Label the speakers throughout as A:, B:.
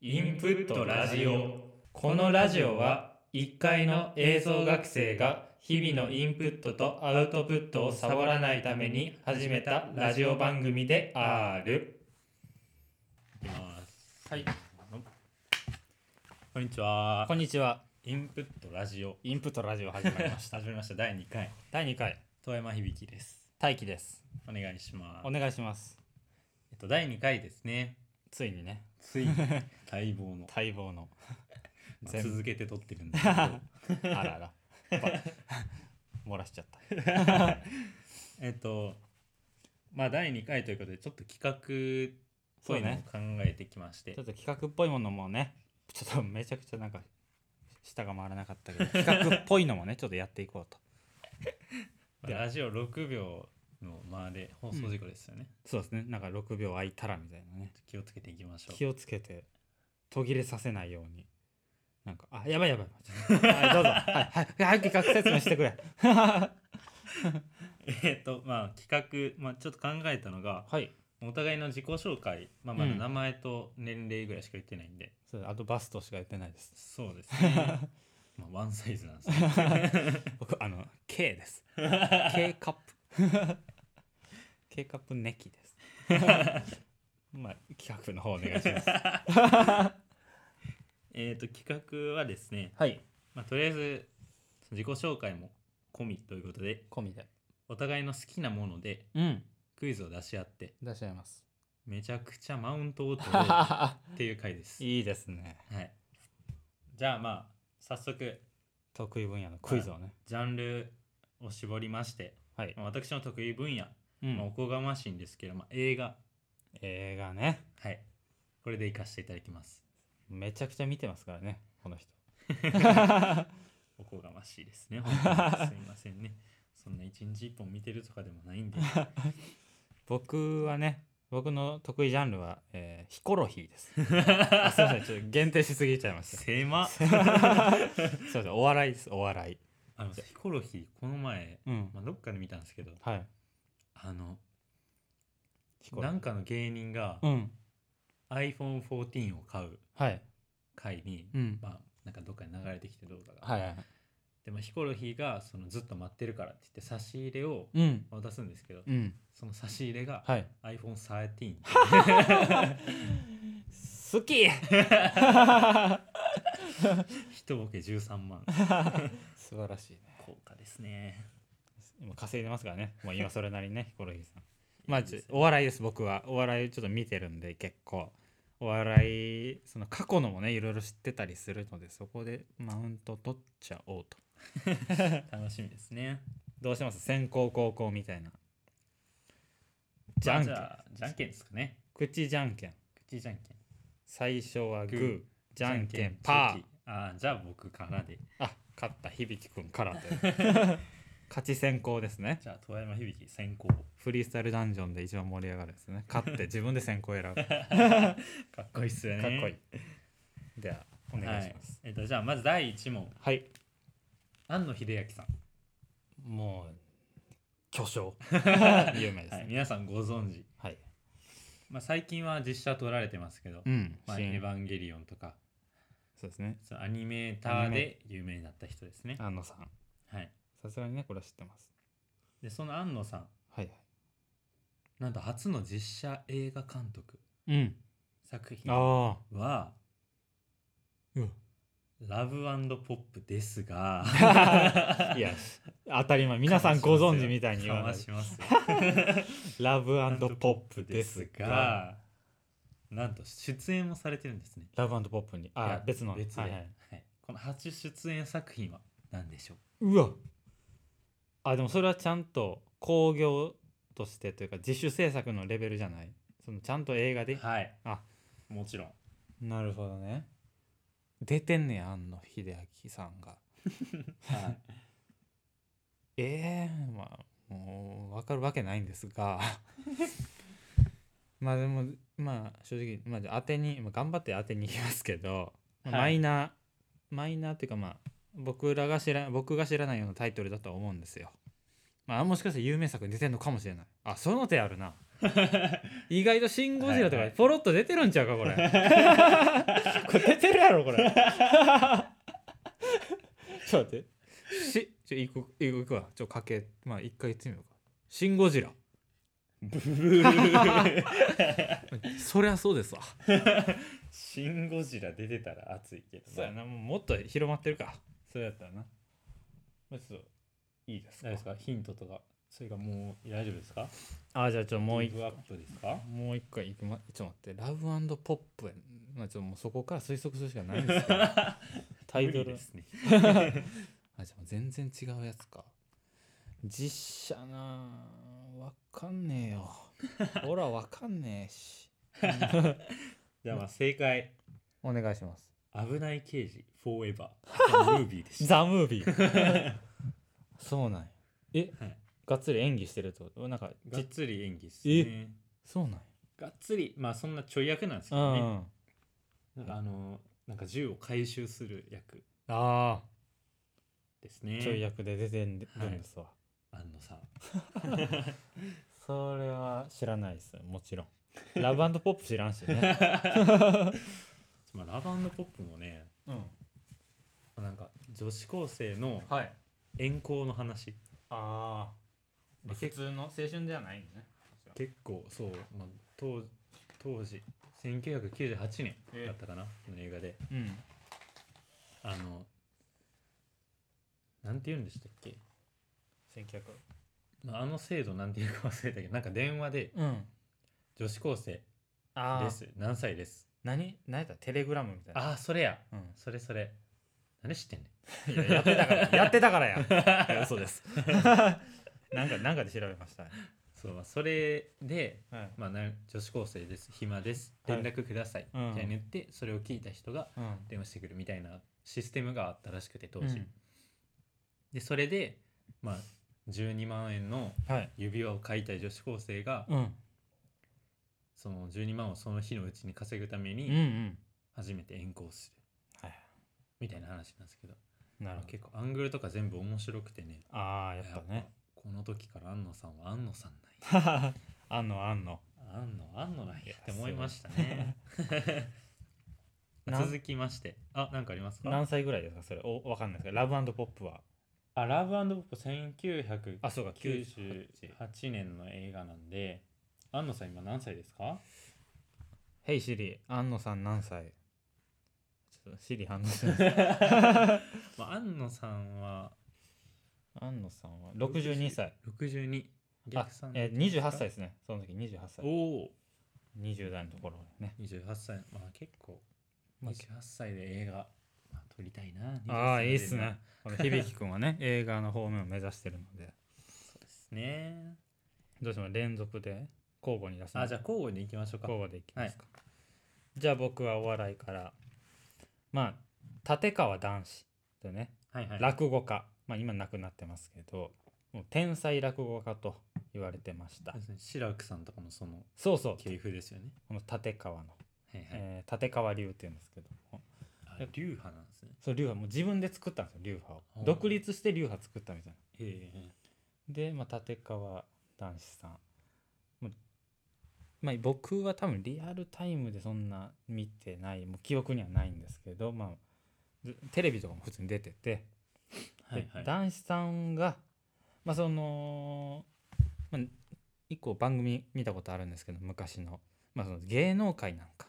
A: インプットラジオこのラジオは1階の映像学生が日々のインプットとアウトプットをサボらないために始めたラジオ番組である
B: いきます
A: はい
B: こんにちは
A: こんにちは
B: インプットラジオ
A: インプットラジオ始ま りました
B: 始めました第2回
A: 第2回
B: 遠山響です
A: 大輝です
B: お願いします
A: お願いします
B: えっと第2回ですね
A: ついにね
B: つ いに待望の、
A: 待望の
B: まあ
A: 全部
B: 続けて撮ってるんですけど
A: あらあらば漏らしちゃった
B: えっとまあ第2回ということでちょっと企画っぽいのを考えてきまして、
A: ちょっと企画っぽいものもねちょっとめちゃくちゃなんか舌が回らなかったけど 企画っぽいのもねちょっとやっていこうと
B: まあラジオ6秒の間で放送事故ですよね、
A: そうですねなんか6秒空いたらみたいなね
B: 気をつけていきましょう
A: 気をつけて途切れさせないようになんかあやばいやばいちょ っとはいどうぞはいはいはい企画説明してくれ
B: えっとまあ企画、まあ、ちょっと考えたのが
A: はい
B: お互いの自己紹介、まあ、まだ
A: うん
B: 名前と年齢ぐらいしか言ってないんで、
A: そうあとバストしか言ってないです
B: そうです ねまあワンサイズなんですね
A: 僕あの K です K カップ K カップネキです まあ企画の方お願いします
B: えっと企画はですね、
A: はい
B: まあ、とりあえず自己紹介も込みということで
A: 込みで
B: お互いの好きなもので
A: うん
B: クイズを出し合って
A: 出しちゃいます
B: めちゃくちゃマウントを取ろうっていう回です、
A: いいですね
B: はい、じゃあまあ早速
A: 得意分野のクイズをね
B: ジャンルを絞りまして、
A: はい、
B: まあ、私の得意分野、
A: うん
B: まあ、おこがましいんですけど、まあ、映画
A: 映画ね
B: はいこれで活かしていただきます
A: めちゃくちゃ見てますからねこの 人
B: おこがましいですね。本 当にすみませんね。そんな一日一本見てるとかでもないんで。
A: 僕はね僕の得意ジャンルは、えーヒコロヒーですあすいませんちょっと限定しすぎちゃい ましたすい
B: 狭っ
A: ませんお笑いですお笑い
B: あのヒコロヒーこの前、
A: うん
B: まあ、どっかで見たんですけど
A: はい
B: あの
A: ヒコロ
B: な
A: ヒー
B: んかの芸人が
A: うん
B: iPhone14 を買う
A: はい
B: 回に、
A: うん
B: まあなんかどっかに流れてきて動画が、
A: はいはい
B: でまあ、ヒコロヒーがそのずっと待ってるからって言って差し入れを
A: うん
B: 渡すんですけど、
A: うん
B: その差し入れが
A: はい
B: iPhone13 っていう
A: 好き
B: 一ボケ13万
A: 素晴らしいね
B: 効果ですね
A: 今稼いでますからね、まあ、今それなり にねヒコロヒーさんま
B: いい
A: あち
B: で
A: ょ
B: すね
A: お笑いです僕はお笑いちょっと見てるんで結構お笑いその過去のもねいろいろ知ってたりするのでそこでマウント取っちゃおうと
B: 楽しみですね
A: どうします先攻後攻みたいなじ
B: じ
A: ゃ
B: ゃ
A: ん
B: ん
A: け
B: け
A: ん
B: んじゃんけんですかね
A: 口じゃんけん
B: 口じゃんけん
A: 最初はグー
B: グ
A: じゃんけんパー
B: ーあーじゃあ僕からで
A: あ勝った響くんからという勝ち先行ですね
B: じゃあ遠山響先 行
A: フリースタイルダンジョンで一番盛り上がるですね勝って自分で先行 選ぶかっ
B: かっこいいっすよね
A: こいい
B: は
A: ではお願いします、
B: えっとじゃあまず第一問
A: はい。
B: 庵野秀明さん、
A: もう、巨匠。 有名です
B: はい、
A: ね。
B: 皆さんご存知、
A: はい。
B: まあ、最近は実写撮られてますけど
A: うん。
B: 「まあ、
A: 新
B: エヴァンゲリオン」とか
A: そうですね。
B: そのアニメーターで有名になった人ですね
A: 安野さん。
B: はい
A: さすがにね、これは知ってます。
B: でその庵野さん
A: はいはい。
B: なんと初の実写映画監督
A: うん。
B: 作品
A: あ
B: は「ラブポップ」ですが
A: あ。 いや、当たり前。皆さんご存知みたいに言わ な
B: か。ま
A: い
B: しますよ
A: ラブポップ
B: で
A: ですすが、
B: が、 なんと出演もされてるんですね。
A: ラブポップに。
B: い
A: あ
B: や、
A: 別の。
B: 別で、
A: は
B: はいい
A: はい。
B: この初出演作品は何でしょう
A: うわあ、でもそれはちゃんと興行としてというか、自主制作のレベルじゃない。そのちゃんと映画で
B: はい。
A: あ
B: もちろん。
A: なるほどね出てんねや庵野秀明さんが
B: はい、
A: ええまあもう分かるわけないんです がまあでもまあ正直、まあ、じゃあ当てに、まあ、頑張って当てに行きますけど、まあ
B: はい
A: マイナーマイナーっていうかまあ僕らが知ら僕が知らない ようなタイトルだとは思うんですよまあもしかしたら有名作に出てんのかもしれないあその手あるな意外と「シン・ゴジラ」と
B: はいは
A: か
B: い
A: ポロッと出てるんちゃうかこれ これ出てるやろこれ ちょっと待ってしちょ行く行く行くわちょっとかけまあ一回言ってみようか「シン・ゴジラ
B: ブー」
A: そりゃそうですわ
B: シン・ゴジラ出てたら熱いけど
A: そうやなもうもっと広まってるか
B: そうやったらな、まあ、ちょっといいです
A: 大丈夫です
B: かヒントとかそれがもう大丈夫ですか
A: あーじゃあちょっともう一
B: ギブアップですか
A: もう一回行くまちょっと待ってラブポップやんまあちょっともうそこから推測するしかないん ですけどタイ
B: 無
A: ト
B: 理
A: ル
B: ですね
A: あじゃあもう全然違うやつか実写なあわかんねえ よほらわかんねえし
B: じゃあまあ正解
A: お願いします
B: 危ない刑事フォーエ バームービーでした
A: ザ・ムービー そうなんやえ、
B: はい
A: がっつり演技してるってことなんか
B: が
A: じ
B: っつり演技っすね
A: そうなんや
B: がっつりまあそんなちょい役なんですけ
A: う
B: どね、
A: ん
B: なんかあのなんか銃を回収する役
A: あ
B: ですね
A: あちょい役で出てんで
B: はい
A: るんですわ、
B: 安野さん
A: それは知らないですもちろんラブポップ知らんしね、
B: まあラブポップもね
A: うん、
B: なんか女子高生の
A: はい
B: 遠行の話
A: あ
B: まあ普
A: 通の青春じゃないね
B: 結構そう、まあ、当当時1998年
A: ええ
B: だったかな、この映画で
A: うん
B: あのなんて言うんでしたっけ、
A: 1900
B: まあ、あの制度なんていうか忘れたけどなんか電話で
A: うん
B: 女子高生
A: あ
B: で
A: あ
B: す何歳です
A: 何何やったテレグラムみたいな
B: ああそれや
A: あ、
B: それそれ何知ってんねん
A: うん、いややってた からやってたからやい や嘘ですなんかなんかで調べましたね、
B: そうまあそれで、
A: はい
B: まあ、な女子高生です暇です
A: はい
B: 連絡ください、
A: うん
B: みたいな言ってそれを聞いた人が
A: うん、
B: 電話してくるみたいなシステムがあったらしくて当
A: う
B: 時、
A: ん
B: でそれで、まあ、12万円の
A: はい
B: 指輪を買いたい女子高生が、
A: うん
B: その12万をその日のうちに稼ぐため
A: うんう
B: に
A: ん
B: 初めて遠行する
A: はい
B: みたいな話なんですけど、
A: な
B: ま
A: る
B: あ
A: ほど
B: 結構アングルとか全部面白くてね
A: ああやっぱね
B: この時から安野さんは安野さんなんや
A: あんのあんの
B: 安野安野なんや
A: いや
B: って思いましたね
A: な ん
B: 続きましてあなんかありますか
A: 何歳ぐらいですかそれおわかんないですけどラブポップは
B: あラブポップ
A: あそうか
B: 1998年の映画なんで安野さん今何歳です か
A: ヘイシリ、安野さん何歳ちょっとシリ反応し ない。
B: まあ、安野さんは
A: 安野さんは62歳。
B: 62
A: あ
B: 逆算、
A: えー、28歳ですね。その時28歳。
B: おお
A: 20代のところね。
B: 28歳まあ結構
A: まあ
B: 28歳で映画、まあ、撮りたいな
A: ああ、いい
B: 28
A: っ
B: 歳
A: す
B: で
A: ね。この響くんは ね、映画の方面を目指してるので、
B: そうですね
A: どうしても連続で交互に出すの
B: あじゃあ交互に行きましょうか
A: 交互でいきますか。じゃあ僕はお笑いから、まあ、立川談志とね、
B: はいはい
A: 落語家、まあ今亡くなってますけど、もう天才落語家と言われてました
B: そう。ですね志らくさんとかもその
A: そうそう、
B: 系譜ですよね
A: この立川の、
B: はいはい、
A: えー立川流って言うんですけども
B: あ流派なんですね
A: そう流派もう自分で作ったんですよ流派を
B: ほう
A: 独立して流派作ったみたいな
B: へえ
A: で、まあ、立川談志さんもうまあ、僕は多分リアルタイムでそんな見てないもう記憶にはないんですけど、まあず、テレビとかも普通に出てて、
B: はいはい
A: で男子さんがまあその、まあ、一個番組見たことあるんですけど昔の,、まあその芸能界なんか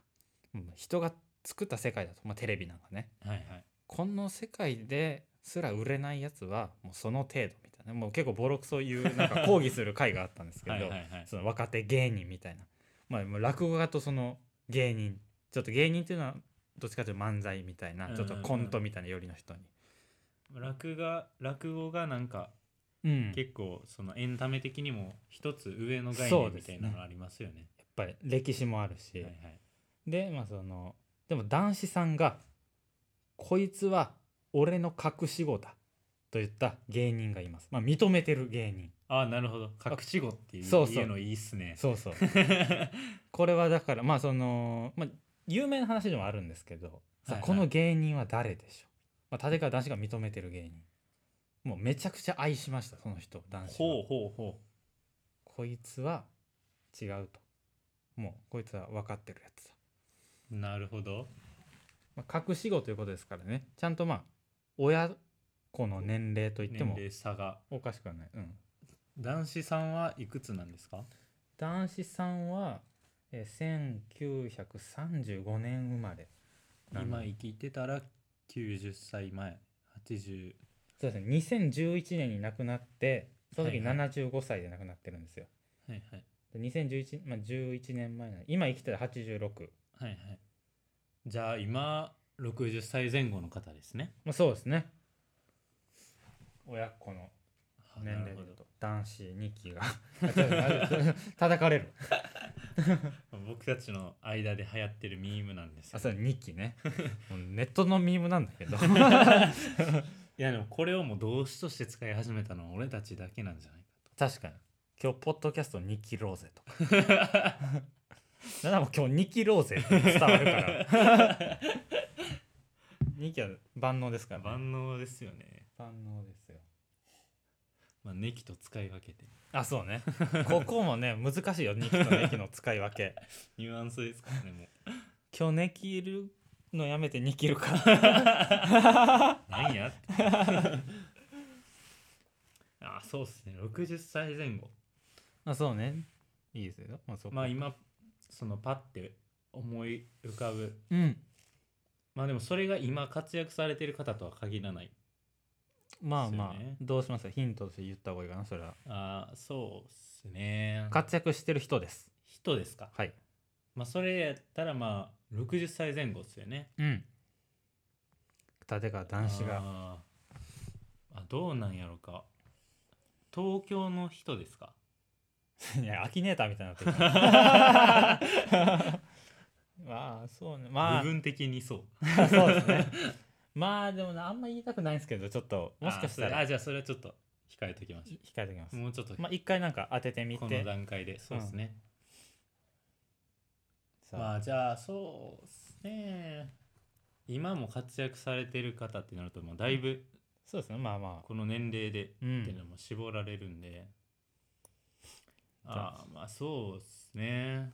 A: もう人が作った世界だと、まあ、テレビなんかね
B: はいはい
A: この世界ですら売れないやつはもうその程度みたいなもう結構ボロクソ言うなんか抗議する回があったんですけど
B: はいはいはい
A: その若手芸人みたいな、まあ、もう落語家とその芸人ちょっと芸人っていうのはどっちかというと漫才みたいなちょっとコントみたいな寄りの人に。
B: 落語落語がなんか
A: うん
B: 結構そのエンタメ的にも一つ上の概
A: そ
B: 念
A: うで
B: み
A: す
B: た
A: ね
B: いなのありますよね。
A: やっぱり歴史もあるし、
B: はいはい、
A: でまあそのでも男子さんが「こいつは俺の隠し子だ」と言った芸人がいます、まあ、認めてる芸人
B: ああなるほど隠し子っていう
A: そうそう
B: 家のいいっすね。
A: そうそう これはだからまあその、まあ、有名な話でもあるんですけど、
B: はい
A: さ
B: はい
A: この芸人は誰でしょう、まあ、立川男子が認めてる芸人もうめちゃくちゃ愛しましたその人男子は
B: ほうほうほ
A: こいつは違うともうこいつは分かってるやつだ、
B: なるほど
A: まあ、隠し子ということですからねちゃんとまあ親子の年齢といって
B: 年
A: も
B: 齢差が
A: おかしくはない、うん、
B: 男子さんはいくつなんですか
A: 男子さんは、えー1935年生まれなの
B: 今生きてたら90歳前80
A: そうですね2011年に亡くなってその時
B: はい
A: 75歳で亡くなってるんですよ、
B: はいはい
A: 2011まあ11年前なの今生きてる86、
B: はいはいじゃあ今60歳前後の方ですね
A: まあ、そうですね親子の
B: あ
A: 年
B: な
A: 齢
B: る
A: で
B: ほ
A: 言
B: ど
A: うと男子2期が 叩かれる
B: 僕たちの間で流行ってるミームなんですよ
A: あそう2期 ねもうネットのミームなんだけど
B: いやでもこれをもう動詞として使い始めたのは俺たちだけなんじゃない
A: 確かに今日ポッドキャスト2期ローゼとかなんならもう今日2期ローゼって伝わるから 2期は万能ですか、
B: から
A: ね、
B: 万能ですよね
A: 万能ですよ
B: まあネキと使い分けて
A: あそうね ここもね難しいよ2期と2期の使い分け
B: ニュアンスですからねもう
A: 今日ね切るのやめて2切るか
B: 何 やってあそうっすね60歳前後
A: あそうねいいですよまあそこ
B: まあ今そのパッて思い浮かぶ
A: うん
B: まあでもそれが今活躍されてる方とは限らない
A: まあま
B: そうよ
A: あ、
B: ね
A: どうしますヒントとして言った方がいいかなそれは
B: あーそうっすね
A: 活躍してる人です
B: 人ですか
A: はい
B: まあそれやったらまあ60歳前後っすよね
A: うん立川男子が
B: あーあどうなんやろか東京の人ですか
A: いやアキネーターみたいになってる まあそうねま
B: 部分的にそう
A: あそうですねまあでもなあんま言いたくないんですけどちょっともしかした
B: あそれ
A: ら
B: あ
A: 控
B: じゃあそれはちょっと控えときましょ
A: えておきます
B: うもうちょっと
A: まあ一回なんか当ててみ
B: この
A: て
B: 段階でそうですね、
A: さ
B: まあじゃあそうですね今も活躍されてる方ってなるともうだいぶ
A: そうですねまあまあ
B: この年齢で
A: う
B: っていうの
A: ん、
B: も絞られるんで、
A: ん
B: あーまあそうですね、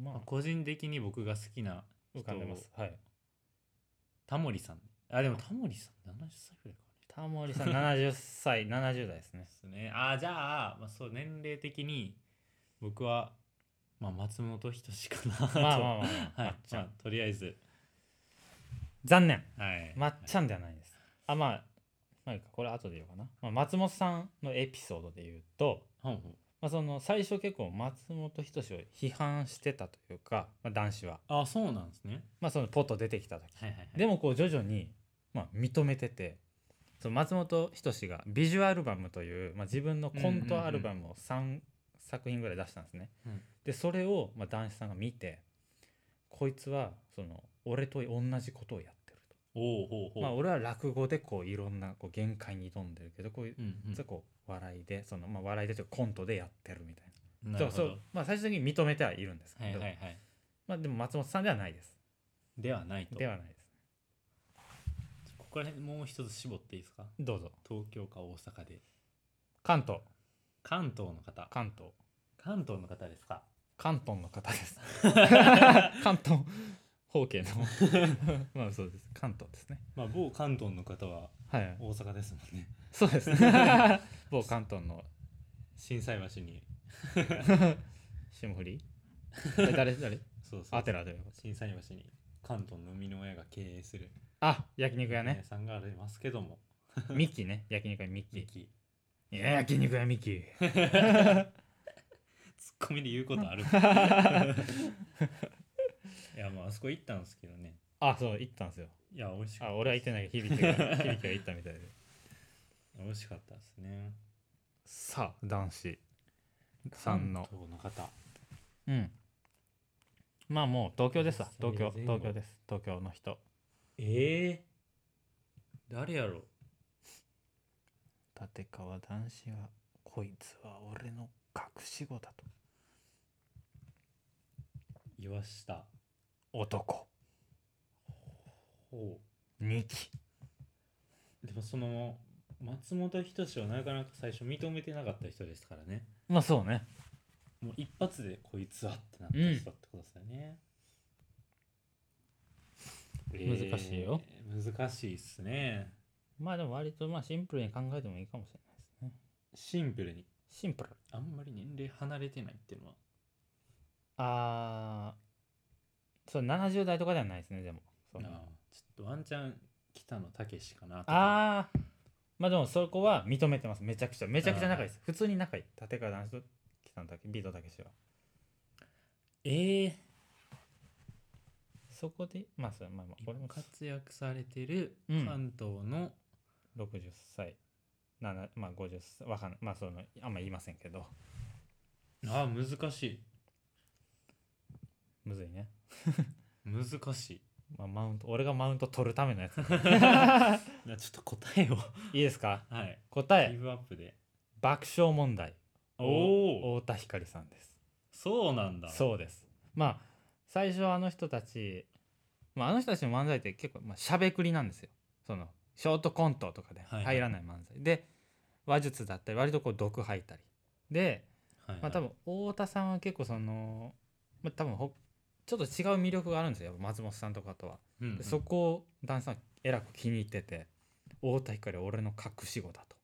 B: まあ
A: ま
B: 個人的に僕が好きな
A: あ浮かんでますはい
B: タモリさんあでもタモリさん70歳ぐらいか
A: タモリさん70歳70代 ですね
B: ですねあーじゃあ,、まあそう年齢的に僕は、まあ、松本人志かなと
A: まあまあまあ、まあ
B: は
A: まっ
B: い
A: ち
B: ま
A: ゃ
B: あ
A: ん、
B: とりあえず
A: 残念
B: はい
A: まっちゃんではないですあまあまあいいかこれ後で言おうかな、まあ、松本さんのエピソードで言うと、
B: はいほんほん
A: まあ、その最初結構松本人志を批判してたというか、まあ、男子は、
B: あそうなんですね
A: まあ、そのポッと出てきた時
B: はいはいはい
A: でもこう徐々に、まあ、認めててその松本人志がビジュアルバムという、まあ、自分のコントアルバムを3作品ぐらい出したんですね。
B: うん
A: でそれを、まあ、男子さんが見てこいつはその俺と同じことをやってる
B: おうほうほ
A: と。
B: う、
A: まあ、俺は落語でこういろんなこう限界に挑んでるけどこういう
B: う。んうん
A: 実はこう笑いでその、まあ、笑いでというかコントでやってるみたいな
B: なるほど
A: そうそう、まあ、最終的に認めてはいるんですけ
B: はい
A: ど、
B: はいはい
A: まあ、でも松本さんではないです
B: ではないと
A: ではないです
B: ここら辺もう一つ絞っていいですか
A: どうぞ
B: 東京か大阪で
A: 関東
B: 関東の方
A: 関東
B: 関東の方ですか
A: 関東の方です 関東方形の まあそうです関東ですね
B: まあ某関東の方は
A: はい
B: 大阪ですもんね
A: そうで すね某関東の
B: 震災橋に
A: 霜降りえ誰誰
B: そうそうそう
A: アテラで
B: 震災橋に関東の生みの親が経営する
A: あ焼肉屋
B: 屋
A: ね
B: さんがありますけども
A: ミキね焼肉屋ミキ
B: ミキ
A: いや焼肉屋ミキ
B: ツッコミで言うことあ るいやまああそこ行ったんですけどね
A: あそう行ったんですよ
B: いや美味しかっ
A: あ俺は行ってないけど響きが響きが行ったみたいで
B: た美味しかったですね
A: さあ男子さんの
B: 関東の方
A: うんまあもう東京ですわ東京
B: 全然
A: 東京です東京の人
B: ええ誰やろ
A: 立川男子はこいつは俺の隠し子だと
B: 岩下
A: 男
B: ほ
A: 2期
B: うでもその松本人志はなかなか最初認めてなかった人ですからね
A: まあそうね
B: もう一発でこいつはってなった人ってことですよね、えー
A: 難しいよ
B: 難しいっすね
A: まあでも割とまあシンプルに考えてもいいかもしれないですね。
B: シンプルに
A: シンプル。
B: あんまり年齢離れてないっていうのは
A: あー、そう、70代とかではないですね、でも。そんな
B: あーちょっとワンチャン北野武しかなとか
A: あー、まあでもそこは認めてます、めちゃくちゃ。めちゃくちゃ仲いいです。普通に仲いい。立川談志と北野だけ、ビートたけしは。
B: ええ
A: そこで、まあそれ、まあまあ、これも
B: 活躍されてる
A: うん
B: 関東の、
A: 60歳、7まあ50歳、わかんない。まあその、あんま言いませんけど、
B: ああ難しい
A: むずいね。
B: 難しい
A: まあマウント、俺がマウント取るためのやつ。
B: なちょっと答えを
A: いいですか
B: はい
A: 答
B: ギ
A: え、
B: ブアップで
A: 爆笑問題。
B: おお
A: 太田光さんです。
B: そうなんだ
A: そうですまあ最初あの人たち、まあ、あの人たちの漫才って結構、まあ、しゃべくりなんですよそのショートコントとかで
B: はいはい
A: 入らない漫才、で話術だったり割とこう毒吐いたりで、
B: はいはい
A: まあ、多分太田さんは結構その、まあ、多分ほちょっと違う魅力があるんですよやっぱ松本さんとかとは、
B: うんうん
A: でそこを旦さんえらく気に入ってて太田光は俺の隠し子だと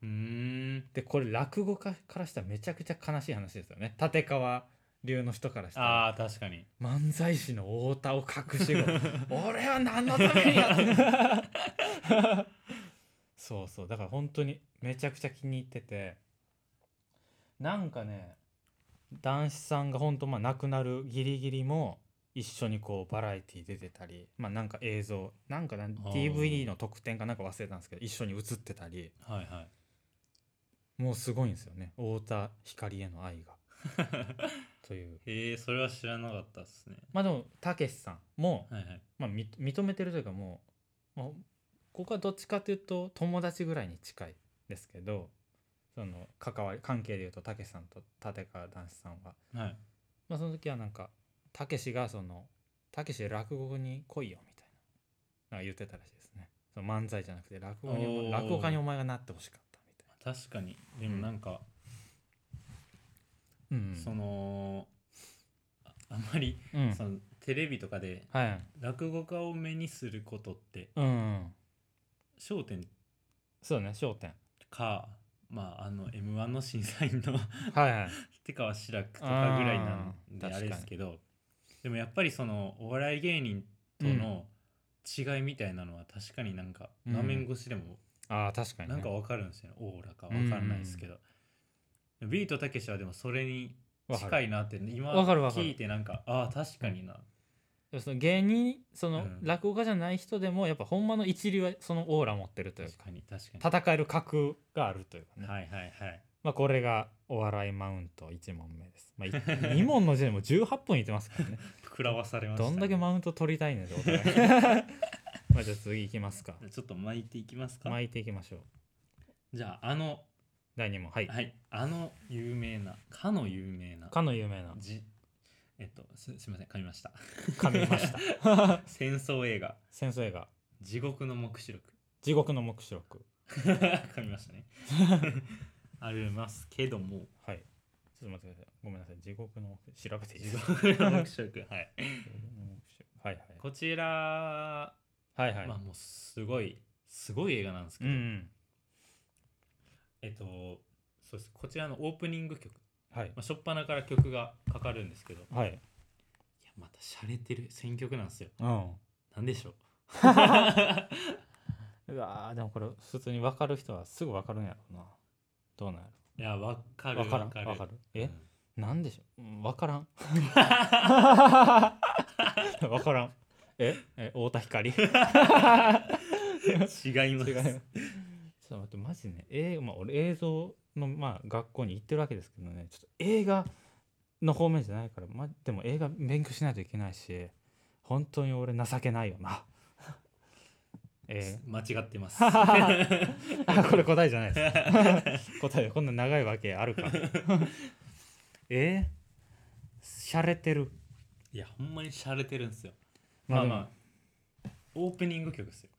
B: うーん
A: でこれ落語家からしたらめちゃくちゃ悲しい話ですよね立川流の人からしたら
B: ああ確かに
A: 漫才師の太田を隠し子 俺は何のためにやってる そうそうだから本当にめちゃくちゃ気に入っててなんかね男子さんが本当まあ亡くなるギリギリも一緒にこうバラエティー出てたりまあなんか映像なんかなん
B: あー
A: DVD の特典かなんか忘れたんですけど一緒に映ってたり
B: はいはい
A: もうすごいんですよね太田光への愛 がという
B: へえそれは知らなかったっすね
A: まあでもたけしさんも
B: はいはい
A: まあ、み認めてるというかもう、まあ、ここはどっちかというと友達ぐらいに近いですけどその関わり関係でいうとたけしさんと立川談志さんは、
B: はい
A: まあ、その時はなんかたけしがその「たけし落語に来いよ」みたいななんか言ってたらしいですねその漫才じゃなくて落語にお
B: おー
A: 前落語家にお前がなってほしかったみたい
B: 確かにでもなんか、
A: な、うんうん、
B: そのああまり、
A: うん
B: そのテレビとかで
A: はい
B: 落語家を目にすることって
A: うんうん
B: 『笑点
A: そうね『笑点』
B: かまああの m 1の審査員の
A: はいはい
B: 手川志らくとかぐらいなんで
A: あー
B: あれですけどでもやっぱりそのお笑い芸人との違いみたいなのは確かになんか
A: うん
B: 画面越しでも
A: ああ確かに、ね、
B: なんかわかるんですよね、オーラかわかんないですけど、ビートたけしはでもそれに
A: わかる
B: 近いなって今
A: わかるわかる
B: 聞いてなんかああ確かにな、
A: でもその芸人そ
B: う
A: の
B: ん
A: 落語家じゃない人でもやっぱほんまの一流はそのオーラ持ってるという
B: 確
A: か
B: かに確かに
A: 戦える格があるというかね、
B: はいはいはい
A: まあ、これがお笑いマウント1問目です、まあ、2問の時点でもう18分いってますからね
B: 膨らわされましたね、
A: どんだけマウント取りたいねん ってことだまあじゃあ次いきますか
B: ちょっと巻いていきますか、
A: 巻いていきましょう
B: じゃああの
A: 第2問はい、
B: はいあの有名なかの有名な
A: かの有名な
B: じえっとすすみません噛みま した
A: 噛みました
B: 戦争映画
A: 戦争映画
B: 「地獄の黙示 録
A: 「地獄の黙示録」
B: 噛みま したねありますけども」
A: はいちょっと待ってくださいごめんなさい地獄の黙調べていいで
B: 地
A: すか
B: 獄の黙示録はい
A: 地獄の黙示録はいはい
B: こちら、
A: はいはい、
B: まあもうすごいすごい映画なんですけ
A: うん
B: ど、
A: うん
B: えっとそうですこちらのオープニング曲、
A: はい
B: まあ、初っ端から曲がかかるんですけどい
A: はい。
B: やまた洒落てる選曲なんですよ
A: うん。
B: なんでしょう
A: うわーでもこれ普通に分かる人はすぐ分かるんやろうな。どうなんや
B: いやわか
A: ろ。
B: る
A: 分からん。
B: わか
A: 分
B: る
A: かる。え、なんでしょう。うん分からん。 分からん。え、え太田 光。違い
B: うん違いま
A: ますす。ちょっと待ってマジね。えーまあ俺映像のまあ学校に行ってるわけですけどね。ちょっと映画の方面じゃないから、まあでも映画勉強しないといけないし、本当に俺情けないよな。 えー
B: 間違って ます
A: あこれ答えじゃないです。答えこんな長いわけあるか。 えー、洒落てる。
B: いやほんまに洒落てるんですよま
A: まあ
B: あ
A: でも
B: まあオープニング曲ですよ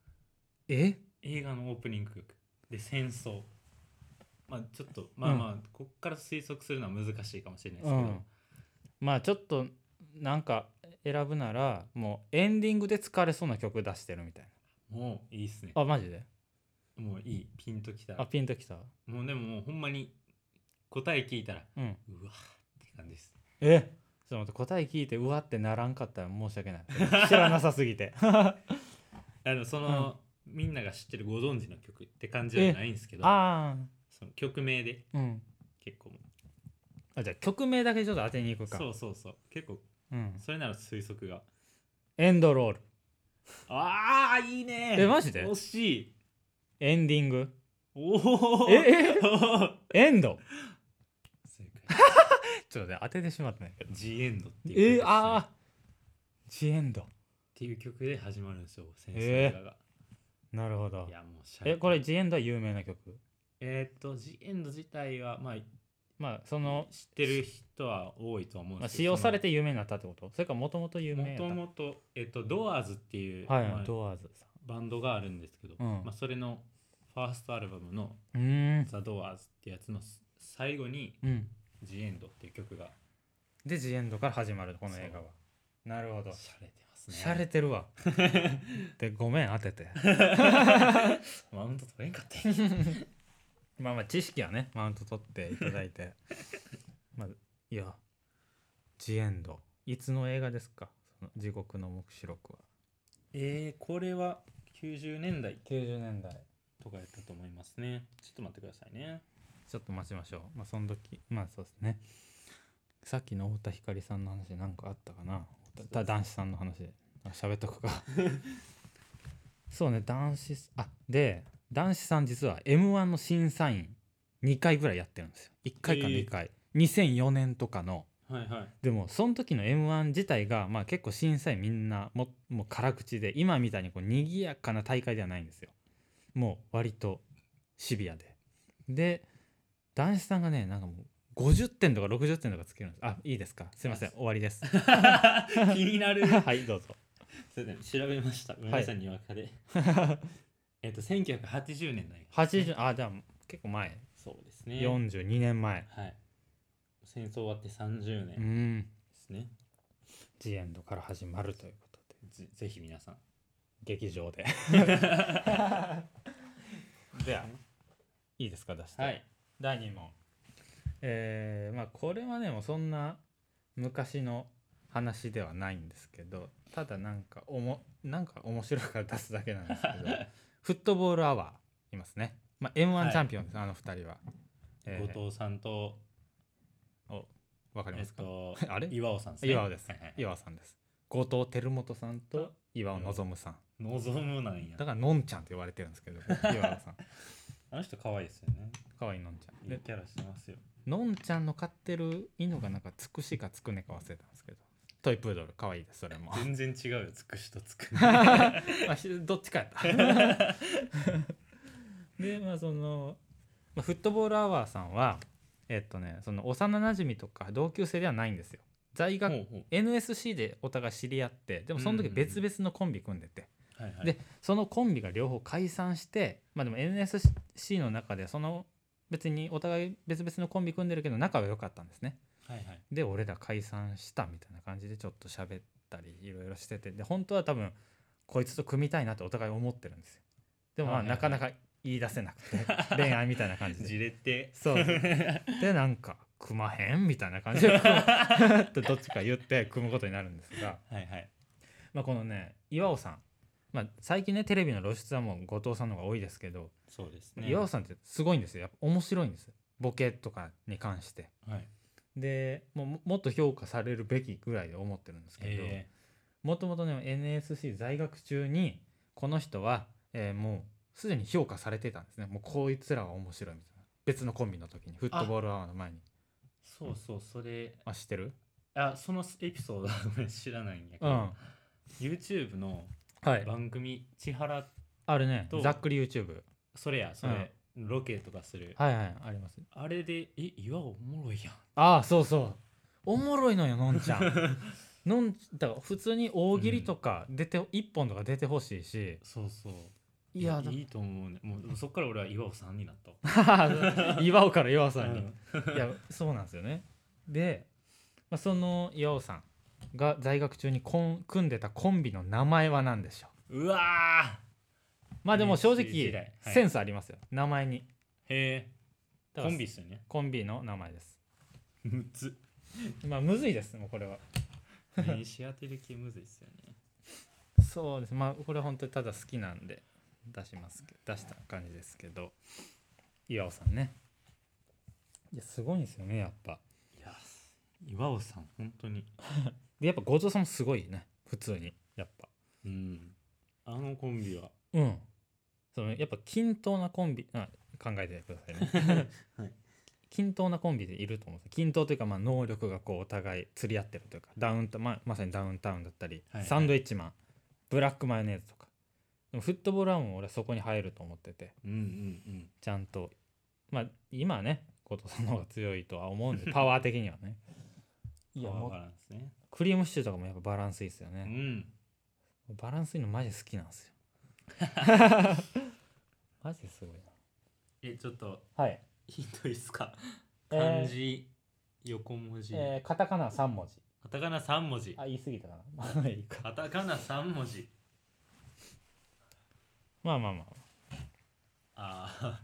A: え
B: 映画のオープニング曲で戦争まあちょっとまあまあ、こっから推測するのは難しいかもしれないです
A: う
B: けど、
A: ん、まあちょっとなんか選ぶならもうエンディングで疲れそうな曲出してるみたい
B: もういいっすね
A: なあマジで
B: もういいピンときた
A: あピンときた
B: もうでももうほんまに答え聞いたら
A: うん
B: うわって感じです
A: えちょっと待って答え聞いてうわってならんかったら申し訳ない知らなさすぎ てあ
B: あのその、みんなが知ってるご存知の曲って感じはないんですけど
A: あ
B: その曲名で
A: ーうん
B: 結構もう
A: あじゃあ曲名だけちょっと当てに行くか
B: そうそうそう結構
A: うん、
B: それなら推測が
A: エンドロール
B: ああいいね
A: えマジで
B: 惜しい
A: エンディング
B: おお
A: ええエンド
B: 正解
A: ちょっとね当ててしまったね
B: ジエンドっていう曲ですね
A: えー、ああジエンド
B: っていう曲で始まるんですよ先
A: え
B: 生
A: ー
B: らが、
A: なるほど
B: いやもうしゃれ
A: えこれジエンドは有名な曲
B: えーっとジエンド自体はまあ
A: まあその
B: 知ってる人は多いと思うん
A: まあ、
B: です
A: 使
B: けど、
A: 用されて有名になったってことそれからもともと有
B: も
A: 名やった
B: ともと、えっと、ドアーズっていう、
A: はい、
B: まあ
A: ドアーズさ
B: バンドがあるんですけど、
A: うん
B: まあ、それのファーストアルバムの
A: んうー
B: 「
A: ん
B: ザ・ドアーズってやつの最後に
A: うん
B: 「ジ・エンド」っていう曲が
A: でジエンドから始まるこの映画はなるほど
B: しゃれてますね。
A: しゃれてるわ でごめん当てて
B: マウント取れんかったよ
A: まあまあ知識はねマウント取っていただいて まあいやジエンドいつの映画ですかその地獄の黙示録は
B: えー、これは90年代
A: 90年代
B: とかやったと思いますね。ちょっと待ってくださいね。
A: ちょっと待ちましょうまあその時まあそうですねさっきの太田光さんの話なんかあったかなた男子さんの話あ喋っとくか そうね男子すあで男子さん実は m 1の審査員2回ぐらいやってるんですよ1回か
B: えー
A: 2回、2004年とかの
B: はいはい。
A: でもその時の m 1自体が、まあ、結構審査員みんなももう辛口で今みたいにこう賑やかな大会ではないんですよもう割とシビアでで男子さんがねなんかもう50点とか60点とかつけるんですあいいですかすいません終わりです
B: 気になる。
A: はいどうぞ
B: すいません調べました。ごめんなさい、にわか で。えっと、1980年代。
A: 80あじゃあ結構前
B: そうですね。
A: 42年前
B: はい。戦争終わって30
A: う
B: 年で
A: ん
B: すね。
A: ジエンドから始まるということで
B: ぜぜひ皆さん。
A: 劇場で ではいいですか出して
B: はい。
A: 第2問えーまあこれはねもうそんな昔の話ではないんですけどただなんかおもなんか面白いから出すだけなんですけ どフットボールアワーいますね、まあ、m
B: は
A: 1
B: い
A: チャンピオンです、あの2人は、えー
B: 後藤さんと、
A: おわかり
B: え
A: ま
B: っ
A: すか、、
B: と
A: あれ
B: 岩尾さんですね。
A: 岩尾です、
B: はいはい
A: 岩尾さんです後藤輝元さんと岩尾望さん
B: 望むなんや
A: だ。からのんちゃんって言われてるんで すけど岩尾さん
B: あの人可愛いですよね。
A: かわいいのんちゃん
B: いい
A: で
B: キャラしてますよ。
A: のんちゃんの飼ってる犬がなんかつくしかつくねか忘れたんですけどトイプードルかわいいですそれも
B: 全然違うよ、つくしとつ くね。
A: まあひどっちかやった でまあその、まあ、フットボールアワーさんはえっとねその幼なじみとか同級生ではないんですよ在学、
B: ほうほ
A: NSC でお互い知り合ってでもその時
B: うんうんうん
A: 別々のコンビ組んでて、
B: うはいはい。
A: でそのコンビが両方解散してまあでも NSC の中でその別にお互い別々のコンビ組んでるけど仲は良かったんですね
B: はいはい。
A: で俺ら解散したみたいな感じでちょっと喋ったりいろいろしててで本当は多分こいつと組みたいなってお互い思ってるんですよでもまあ
B: はいはい
A: な
B: はい
A: かなか言い出せなくて 恋愛みたいな感じ
B: じ
A: で
B: れって。
A: そうでなんか組まへんみたいな感 じで組むとどっちか言って組むことになるんですが、
B: はいはい。
A: まあ、このね岩尾さんまあ、最近ねテレビの露出はもう後藤さんの方が多いですけど、
B: そうですね。
A: 岩尾さんってすごいんですよやっぱ面白いんですボケとかに関して
B: はい。
A: でもうももっと評価されるべきぐらいで思ってるんですけど
B: え
A: もともとね NSC 在学中にこの人は、えーもうすでに評価されてたんですねもうこいつらは面白いみたいな別のコンビの時にフットボールアワーの前に
B: ーそうそう、それ、
A: あ知ってる
B: あ、そのエピソードは ごめん知らないんやけ
A: うん
B: ど
A: は、
B: YouTube の
A: い
B: 番組、千原、
A: あるね
B: と
A: ざっくり YouTube
B: それや、それ、ロケとかする。
A: はいはいあります
B: あれで、え、岩尾おもろいやん。
A: ああそうそうおもろいのよのんちゃん のんだから普通に大喜利とか出て、一本とか出てほしいし
B: そうそう。い
C: いやだ
B: いいと思うねもうそっから俺は岩尾さんになったわ
A: 岩尾から岩 尾さん
B: う
A: に
B: ん
A: いやそうなんですよねで、まあ、その岩尾さんが在学中にコン組んでたコンビの名前は何でしょ
B: うわ
A: うまあでも正
B: NSC 時
A: 直
B: 代はい
A: センスありますよ、名前に
B: ーへえ
A: だ
B: コ
A: から
B: ンビっすよね
A: コンビの名前です
B: むつ
A: まあむずいですもうこれは
B: 西当てる系むずいっすよね
A: そうですまあこれは本当にただ好きなんで出しますけ出した感じですけど岩尾さんねいやすごいんですよねやっぱ
B: いや岩尾さん本当に
A: でやっぱ後藤さんもすごいね普通にやっぱ
B: うんあのコンビは
A: うんそのやっぱ均等なコンビあ考えてくださいね、
B: はい
A: 均等なコンビでいると思うんですよ均等というかまあ能力がこうお互い釣り合ってるというかダウンタまあまさにダウンタウンだったり、
B: はいはい
A: サンドイッチマンブラックマヨネーズとかでもフットボールアームも俺はそこに入ると思ってて
B: うんうん
A: ちゃんとまあ今はね後藤さんの方が強いとは思 うんでパワー的にはね
B: うん
A: いやもう
B: パワーバランスね
A: クリームシチューとかもやっぱバランスいいですよね、
B: うん
A: バランスいいのマジ好きなん ですよマジすごいな
B: えちょっと
A: はい
B: ヒントいいっすか
A: えー
B: 漢字横文字
A: えーカタカナ3文字
B: カタカナ3文字
A: あ言い過ぎたかな まあいいか
B: カタカナ3文字
A: まあまあまあ
B: あ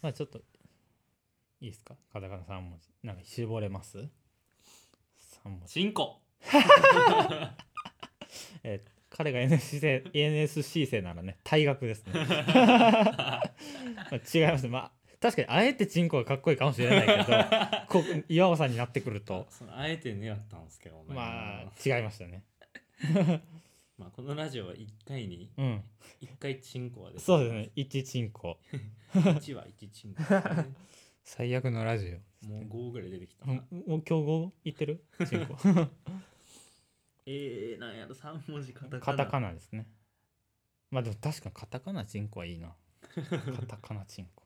A: まあちょっといいですかカタカナ3文字なんか絞れます ?3 文
B: あ
A: 字
B: チンコ
A: えー彼が NSC 生 NSC 生ならね退学です ねまあ違いますねまあ確かにあえてチンコがかっこいいかもしれ ないけどこ岩尾さんになってくると
B: そのあえて狙ったんですけどね
A: まあ違いましたね
B: まあこのラジオは1回に
A: うん
B: 1回チンコは出て
A: そうですね一チンコ
B: 1は1チンコ ですね
A: 最悪のラジ
B: もう5ぐらい出てきた
A: オも
B: な
A: うもう競合言って るチンコ
B: えー、なんやろ3文字カタカ
A: カ
B: ナ
A: タカナですねまあでも確かにカタカナチンコはい いなカタカナチンコ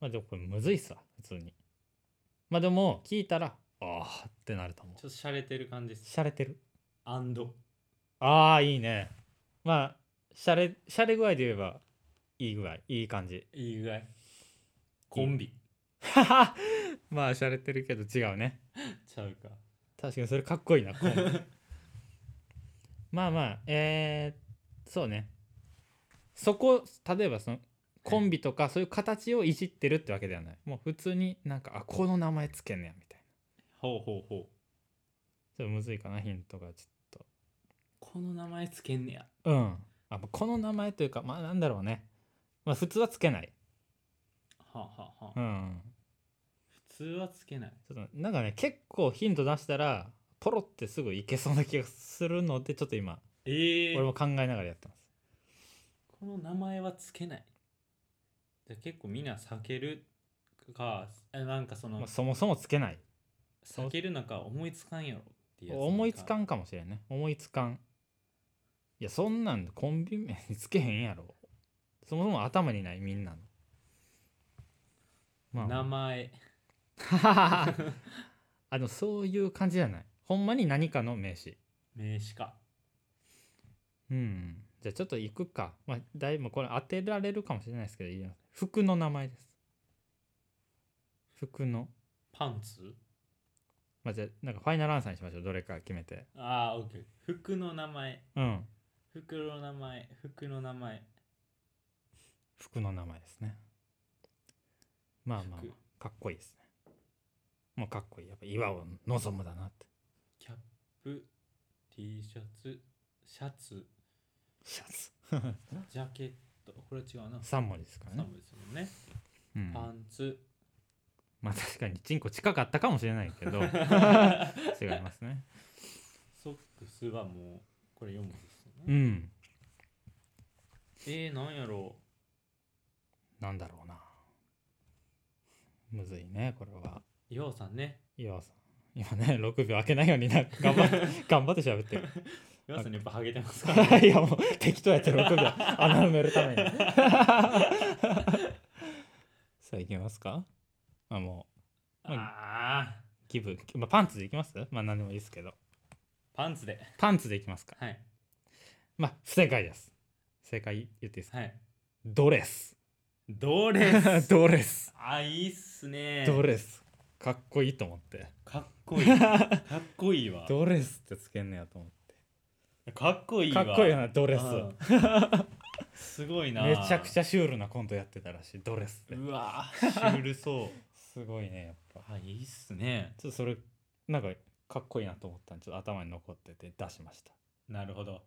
A: まあでもこれむずいっすわ普通にまあでも聞いたらああってなると思う
B: ちょっと洒落てる感じです
A: しゃれてる
B: アンド
A: ああいいねまあしゃれしゃれ具合で言えばいい具合いい感じ
B: いい具合コンビ
A: まあしゃれてるけど違うね
B: ちゃうか
A: 確かにそれかっこいいなこう まあまあえー、そうねそこ例えばそのコンビとかそういう形をいじってるってわけではないもう普通になんかあこの名前つけんねやみたいな
B: ほうほうほう
A: ちょっとむずいかなヒントがち
B: この名前つけんねや
A: ょっとうんあまあこの名前というかまあなんだろうねまあ普通はつけない
B: はあ、はあはあ
A: うん
B: 普通はつけない
A: ちょっとなんかね結構ヒント出したらポロってすぐいけそうな気がするのでちょっと今
B: ええ
A: 俺も考えながらやってます
B: この名前はつけないじゃあ結構みんな避けるかえなんかその、
A: まあそもそもつけない
B: 避けるなんか思いつかんやろっていうやつ
A: 思いつか
B: ん
A: んかもしれんね思いつかんいやそんなんコンビ名につけへんやろそもそも頭にないみんなのま
B: 名前
A: あ あのそういう感じじゃないほんまに何かの名詞
B: 名詞か
A: うんじゃあちょっと行くかまあだいぶこれ当てられるかもしれないですけど言います服の名前です服の
B: パンツ
A: まあじゃあなんかファイナルアンサーにしましょうどれか決めて
B: ああオッケー服の名前
A: うん
B: 服の名前服の名前
A: 服の名前ですねまあまあ、ま
B: 服
A: あ、かっこいいですねもうかっこいいやっぱ岩を望むだなって
B: キャップ T シャツシャツ
A: シャツ
B: ジャケットこれは違うな
A: 3文字ですからね
B: 寒、いですもんね
A: うん、
B: パン ツ
A: まあ確かにチンコ近かったかもしれないけ ど違いますね
B: ソックスはもうこれ4文字ですよ
A: う
B: ね
A: ん
B: えー、なんやろう
A: なんだろうなむずいねこれは
B: 岩尾さん ね
A: 岩尾さん今ね6秒開けないようにな頑張って頑張って喋ってる
B: 岩尾さんやっぱハゲてますからね
A: いやもう適当やって6秒穴埋めるた めにさあいきますかまあも
B: ああー
A: う気分、まあ、パンツでいきますまあ何でもいいですけど
B: パンツで
A: パンツでいきますか
B: はい
A: まあ不正解です正解言っていいですか
B: はい
A: ドレス
B: ドレス
A: ドレス
B: あいいっすね
A: ドレスかっこいいと思って
B: かっこ いいかっこいいわ
A: ドレスってつけんねやと思っ
B: かっこい
A: て
B: いわ
A: かっこいいよなドレス
B: スすごいな
A: めちゃくちゃシュールなコントやってたらしいドレスって
B: うわシュールそう
A: すごいねやっぱ
B: あいいっすね
A: ちょっとそれなんかかっこいいなと思ったんでちょっと頭に残ってて出しまし
B: なるほど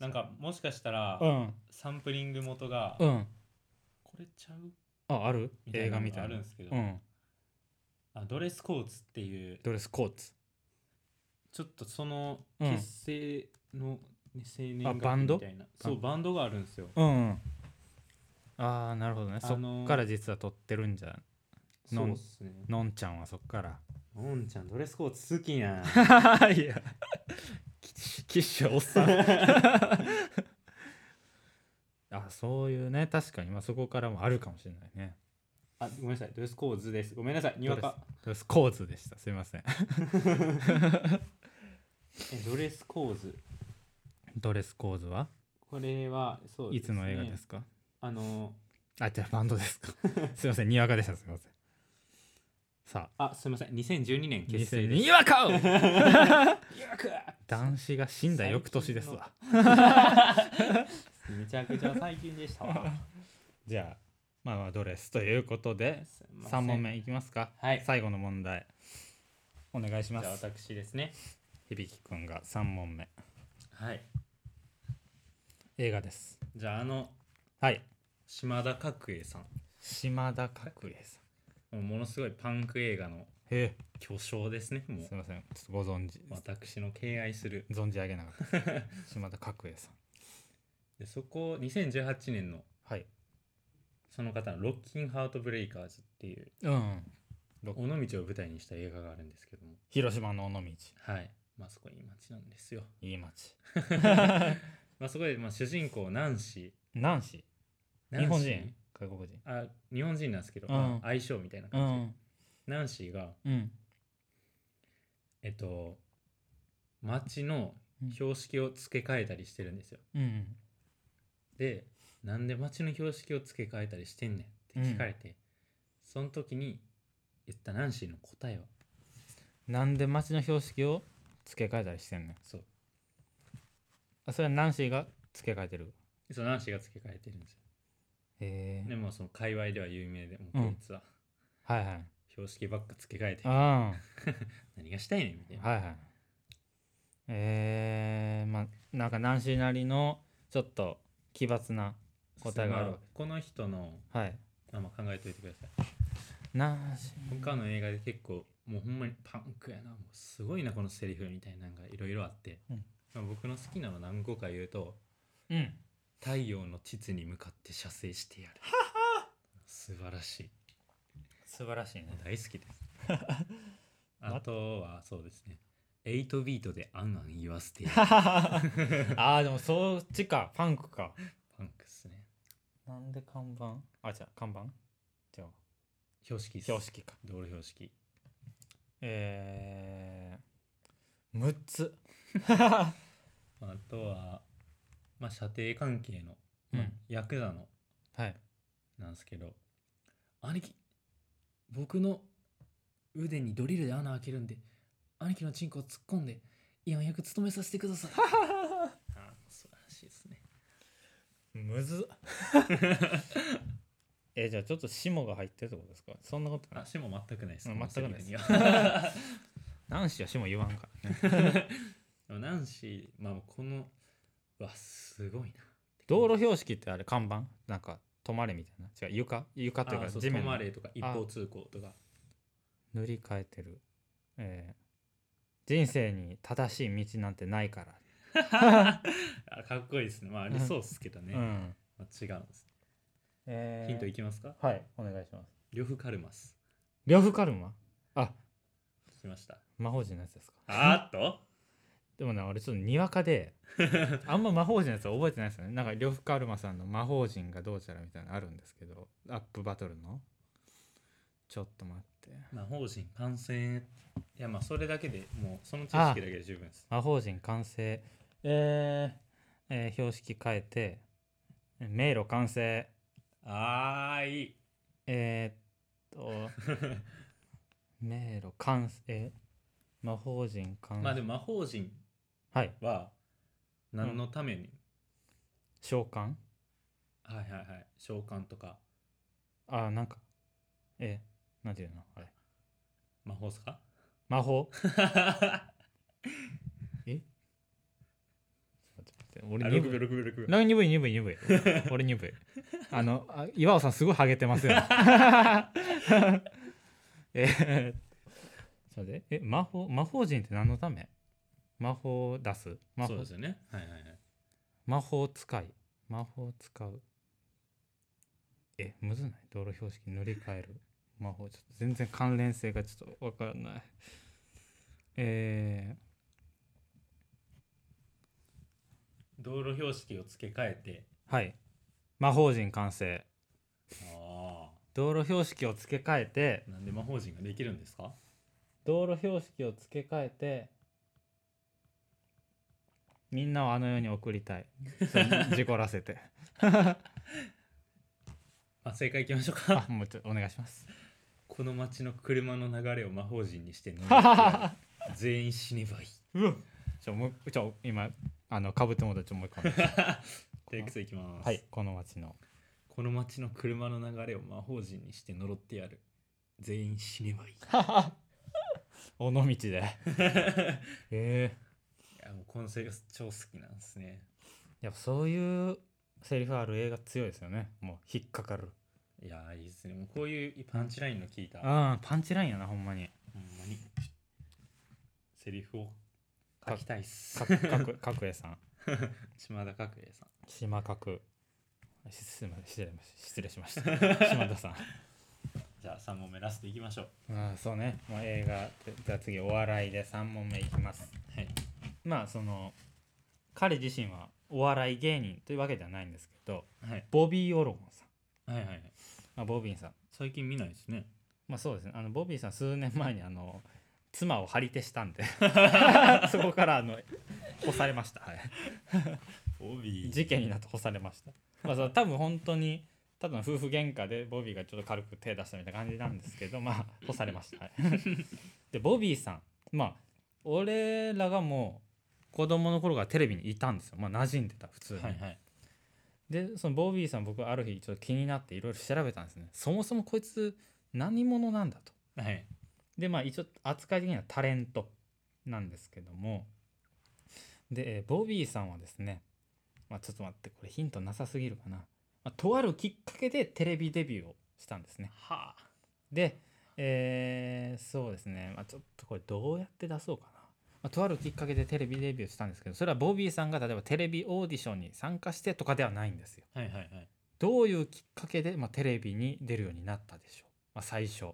B: なんかもしかしたら
A: たうん
B: サンプリング元が
A: うん
B: これちゃう
A: あある
B: みたい
A: 映
B: な
A: 画
B: の
A: みた
B: があ
A: いな
B: るんですけど
A: うん
B: あドレスコーツっていう
A: ドレスコーツ
B: ちょっとその
A: うん
B: 結成のね青年
A: あ
B: 月日
A: バンド
B: みたいなそうバンドがあるんですよ
A: うんうんああなるほどねそ
B: あのー
A: っから実は撮ってるんじゃん
B: そ
A: の
B: うんっすね
A: のんちゃんはそっから
B: のんちゃんドレスコーツ好きやん
A: いやききっしょおっさん あそういうね確かにまあそこからもあるかもしれないね
B: あごめんなさいドレスコーツですごめんなさいにわか
A: ドレスコーツでしたすいません
B: えドレスコーツ
A: ドレスコーズは
B: これはそう
A: いつの映画です
B: ね
A: か
B: あの
A: あじゃあバンド ですかすいませんにわかでしたすいませんさあ
B: あすみません2012年結成
A: 2000
B: です
A: にわ かを
B: にわか
A: 男子が死んだ翌年ですわ
B: めちゃくちゃ最近でした わ
A: じゃあまあまあドレスということです
B: いません
A: 3問目いきますか、
B: はい
A: 最後の問題お願いし
B: じゃ
A: ま
B: あ
A: す
B: 私ですね
A: 響くんが3問目
B: はい
A: 映画です
B: じゃああの
A: はい
B: 島田角栄さん
A: 島田角栄さん
B: もうものすごいパンク映画の
A: へ
B: 巨匠ですね
A: え
B: も
A: すいうませんちょっとご存知
B: 私の敬愛する
A: 存じ上げなかったで す島田角栄さん
B: でそこ2018年の
A: はい
B: その方の「ロッキンハートブレイカーズ」っていう
A: うん
B: 尾道を舞台にした映画があるんですけども
A: 広島の尾道
B: はいまあそこいい街なんです よ
A: いい町
B: まあそこでまあ主人公ナンシ
A: ナンシ
B: ー
A: ー日本
B: ナンシ
A: 人外国人
B: ーあ日本人なんですけど、
A: うん
B: まあ相性みたいな感じで、ナンシーが
A: うん
B: えっと街の標識を付け替えたりしてるんですよ、
A: うん
B: でなんで街の標識を付け替えたりしてんねんって聞かれて、その時に言ったナンシーの答えは
A: なんで町の標識を付け替えたりしてんの
B: そう
A: あそれはナンシーが付け替えてる
B: そのナンシーが付け替えてるんですよ
A: へえ
B: でもその界隈では有名でもうこいつは
A: はいはい
B: 標識ばっか付け替えて
A: あ
B: 何がしたいねんみたい
A: あ
B: な、
A: はいはいえー、まあなんかナンシーなりのちょっと奇抜な答えがある
B: まこの人の
A: はい
B: あ、まあ、考えといてください
A: ナンシ
B: 他の映画で結構もうほんまにパンクやなもうすごいなこのセリフみたいなのがいろいろあって、
A: うん
B: まあ僕の好きなの何個か言うと
A: ーうん
B: 「太陽の膣に向かって射精してやる」素晴らしい
A: 素晴らしい ね
B: 大好きですあとはそうですね8ビートで「あんあん言わせて やる
A: ああでもそっちかパンクか」
B: パンクっすね
A: なんで看板あじゃ看板じゃあ
B: 標識っす
A: 標識か
B: 道路標識
A: えー、6つ
B: あとはまあ射程関係の、まあ
A: うん
B: ヤクザの
A: はい
B: なんですけど兄貴僕の腕にドリルで穴開けるんで兄貴のチンコを突っ込んでイヤン役務めさせてくだ さいあ素晴らしいですね
A: むずっ えじゃあちょっと霜が入ってるってことですかそんなことない
B: 足も全くないです
A: うん全くないです
B: このセリフには
A: 男子は霜言わんからね
B: でもナンシーまあこのうわすごいな
A: 道路標識ってあれ看板なんか止まれみたいな違う床床という
B: あ
A: か
B: そう
A: 地
B: 止
A: 面の
B: まれとか一方通行とか
A: 塗り替えてる、えー人生に正しい道なんてないから、
B: あかっこいいですねまあありそうっすけどね、
A: う
B: ま
A: ん、
B: あ、違うんです
A: えー
B: ヒントいきますか
A: はいお願いします
B: 呂布カルマス
A: 呂布カルマあ
B: 聞きました
A: 魔法陣のやつですか
B: あーっと
A: でもね俺ちょっとにわか であんま魔法陣のやつは覚えてないですよねなんか呂布カルマさんの魔法陣がどうちゃらみたいなのあるんですけどアップバトルのちょっと待って
B: 魔法陣完成いやまあそれだけでもうその知識だけで十分です
A: 魔法陣完成えー、えー標識変えて迷路完成
B: あーいい
A: えー、っと 迷路完成え魔法陣完成、
B: まあでも魔法陣
A: はい
B: は何のために、
A: 召喚
B: はいはいはい召喚とか
A: あなんかえなんていうのあれ
B: 魔法っすか
A: 魔法えちょっと待って俺
B: 6秒
A: 2部
B: 6秒6秒
A: な鈍い鈍い 鈍い俺鈍いあのあ岩尾さんすごいハゲてますよ ねえー、ちょっと待ってえ魔法魔法人って何のため魔法を出す魔
B: そう
A: 法
B: ですよねはいはいはい
A: 魔法使い魔法使うえむずない道路標識塗り替える魔法ちょっと全然関連性がちょっとわからないえ
B: 道路標識を付け替えて
A: ー、はい魔法人完成
B: あ
A: 道路標識を付け替えて
B: あなんで魔法陣ができるんですか
A: 道路標識を付け替えてみんなをあの世に送り たいその事故らせ て
B: あ正解いきましょう
A: あ
B: か
A: もうちょっとお願いし ます
B: この街の車の流れを魔法陣にして乗り越え たい全員死ねばいい
A: うわちょもうちょ今あのかぶってもらったちょもう一回お願いし
B: テイクスいきま、
A: ますすはいこの町 の
B: この街の車の流れを魔法陣にして呪ってやる全員死ね ばいいい
A: 尾道で ええ
B: やもうこのセリフ超好きなんですね
A: やっぱそういうセリフある映画強いですよねもう引っかかる
B: いやーいいですねもうこういうパンチラインの聞いたほんま
A: ああパンチラインやなほんまに
B: にセリフを書きたいっす
A: か 角角栄さん
B: 島田角栄さん
A: 島角しすいません失礼し ました失礼しました島田さん
B: じゃあ3問目ラストいきましょう
A: ああそうねもう映画じゃあ次お笑いで3問目いきます
B: はい
A: まあその彼自身はお笑い芸人というわけではないんですけど
B: はい
A: ボビー・オロゴンさん、
B: はいはいはい
A: まあ、ボビーさん
B: 最近見ないですね
A: まあそうですねあのボビーさん数年前にあの妻を張り手したんで そこからあの干されました、はい
B: 帯
A: 事件になって干されました、まあ、その多分本当にただの夫婦喧嘩でボビーがちょっと軽く手出したみたいな感じなんです けどまあ干されました、はい、でボビーさんまあ俺らがもう子供の頃からテレビにいたんですよまあ馴染んでた普通に、
B: はいはい
A: でそのボビーさん僕ある日ちょっと気になっていろいろ調べたんですねそもそもこいつ何者なんだと
B: はい
A: でまあ一応扱い的にはタレントなんですけどもでえーボビーさんはですね、まあ、ちょっと待ってこれヒントなさすぎるかな、まあ、とあるきっかけでテレビデビューをしたんですね
B: はあ
A: で、えーそうですね、まあ、ちょっとこれどうやって出そうかな、まあ、とあるきっかけでテレビデビューしたんですけどそれはボビーさんが例えばテレビオーディションに参加してとかではないんですよ
B: はいはいはい
A: どういうきっかけで、まあ、テレビに出るようになったでしょう、まあ、最初、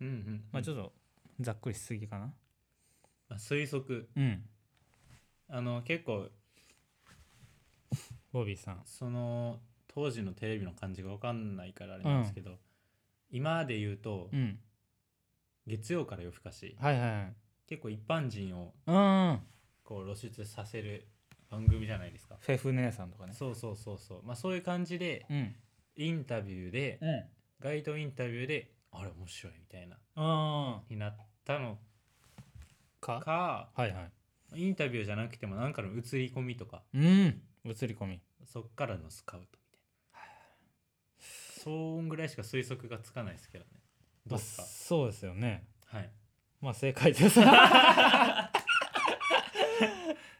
B: うんうん
A: まあ、ちょ
B: っ
A: っとざっくりしすぎかな
B: と推測
A: うん
B: あの結構
A: ボビーさん
B: その当時のテレビの感じが分かんないからあれなんですけど、今で言うと
A: うん
B: 月曜から夜更かし
A: はいはいはい
B: 結構一般人を
A: うん
B: こう露出させる番組じゃないですか、
A: フェフ姉さんとかね
B: そうそうそうそうまあそういう感じで
A: うん
B: インタビューで
A: うん
B: 街頭インタビューであれ面白いみたいな
A: あ
B: になったの
A: か
B: か
A: はいはい
B: インタビューじゃなくてもなんかの映り込みとか
A: うん映り込み
B: そっからのスカウトみたいなそんぐらいしか推測がつかないですけどねどうっす
A: ま
B: か
A: あそうですよね
B: はい
A: まあ正解です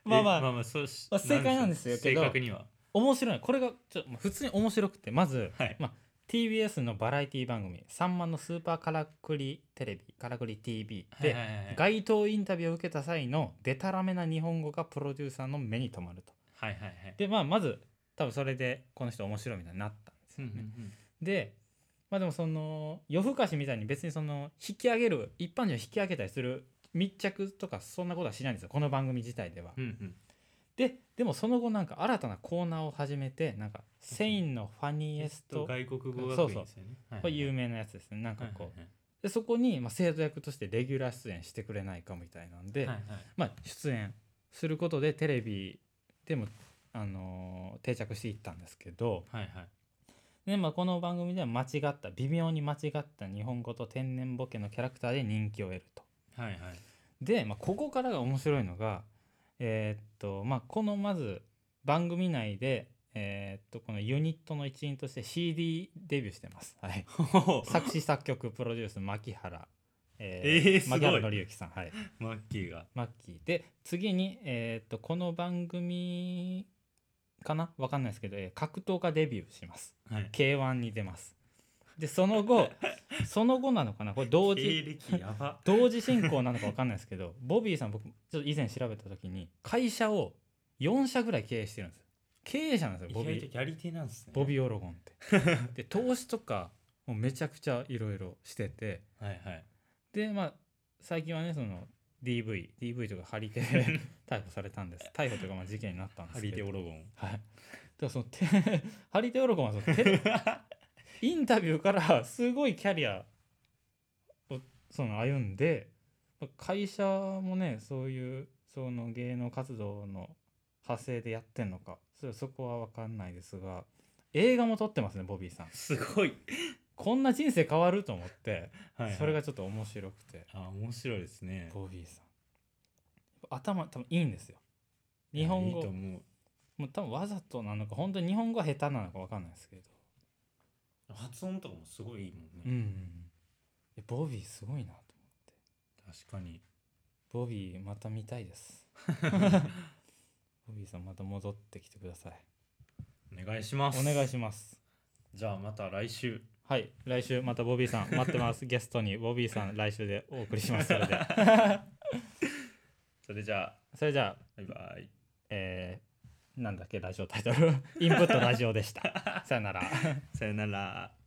A: まあま
B: えまあ
A: あ
B: まあそうし
A: まあ正解なんですよけど
B: 正確には
A: 面白いこれがちょっとまあ普通に面白くてまず、
B: はい
A: まあ、TBS のバラエティ番組「さんまのスーパーカラクリテレビカラクリ TV で」
B: はいはいはいはい
A: 街頭インタビューを受けた際のデタラメな日本語がプロデューサーの目に留まると
B: はいはいはい
A: でまあまず多分それでこの人面白いみたいになったんです
B: うん
A: よ
B: うんう
A: ね。
B: ん
A: でまあでもその夜更かしみたいに別にその引き上げる一般人を引き上げたりする密着とかそんなことはしないんですよこの番組自体では。
B: うんうん
A: ででもその後なんか新たなコーナーを始めてなんか「セインのファニエスト」こ
B: 外国語学
A: そう
B: 院
A: そう
B: ですよねはいは
A: れ
B: い
A: 有名なやつですねな
B: は
A: んか
B: いはい
A: こうでそこにまあ生徒役としてレギュラー出演してくれないかみたいなんで
B: はいはいはい
A: まあ、出演することでテレビでもああのー定着していったんですけど
B: はいはい
A: で、まあ、この番組では間違った微妙に間違った日本語と天然ボケのキャラクターで人気を得ると。
B: はいはい
A: で、まあ、ここからが面白いのがえーっとまあこのまず番組内でえーっとこのユニットの一員として CD デビューしてます。 はい、作詞作曲プロデュース牧原、
B: えーすごい
A: 牧原紀之さん、はい、
B: マッキーが
A: マッキーで次に、えーっとこの番組かなわかんないですけど、えー格闘家デビューします
B: はい
A: k 1に出ますでその 後その後なのかなこれ同時
B: 経歴やば
A: 同時進行なのか分かんないですけどボビーさん僕ちょっと以前調べた時に会社を4社ぐらい経営してるんです経営者なんです
B: 意
A: よボビ
B: 外
A: ー
B: とやり手なんですね
A: ボビーオロゴンって で投資とかもうめちゃくちゃいろいろしてて
B: はいはい
A: でまあ最近はねその DV DV とか張り手で 逮捕されたんです逮捕というかまあ事件になったんで
B: ハ
A: すけ
B: リ
A: ど
B: デオロゴン
A: はいだからそのて 張り手オロゴンはその テレインタビューからすごいキャリアをその歩んで会社もねそういうその芸能活動の派生でやってんのかそそこは分かんないですが映画も撮ってますねボビーさん
B: すごい、
A: こんな人生変わると思って、
B: はい
A: それがちょっと面白くて
B: あ面白いですね
A: ボビーさん頭多分いいんですよ日本語
B: いいと思う
A: もう多分わざとなのか本当に日本語は下手なのか分かんないですけど
B: 発音とかもすごいいいもんね、
A: うんうんうんいやボビーすごいなと思って
B: 確かに
A: ボビーまた見たいですボビーさんまた戻ってきてください
B: お願いします
A: お願いします
B: じゃあまた来週
A: はい来週またボビーさん待ってますゲストにボビーさん来週でお送りしますそれで
B: それじゃあ
A: それじゃあ
B: バイバイ
A: えーなんだっけラジオタイトルインプットラジオでしたさよなら
B: さよなら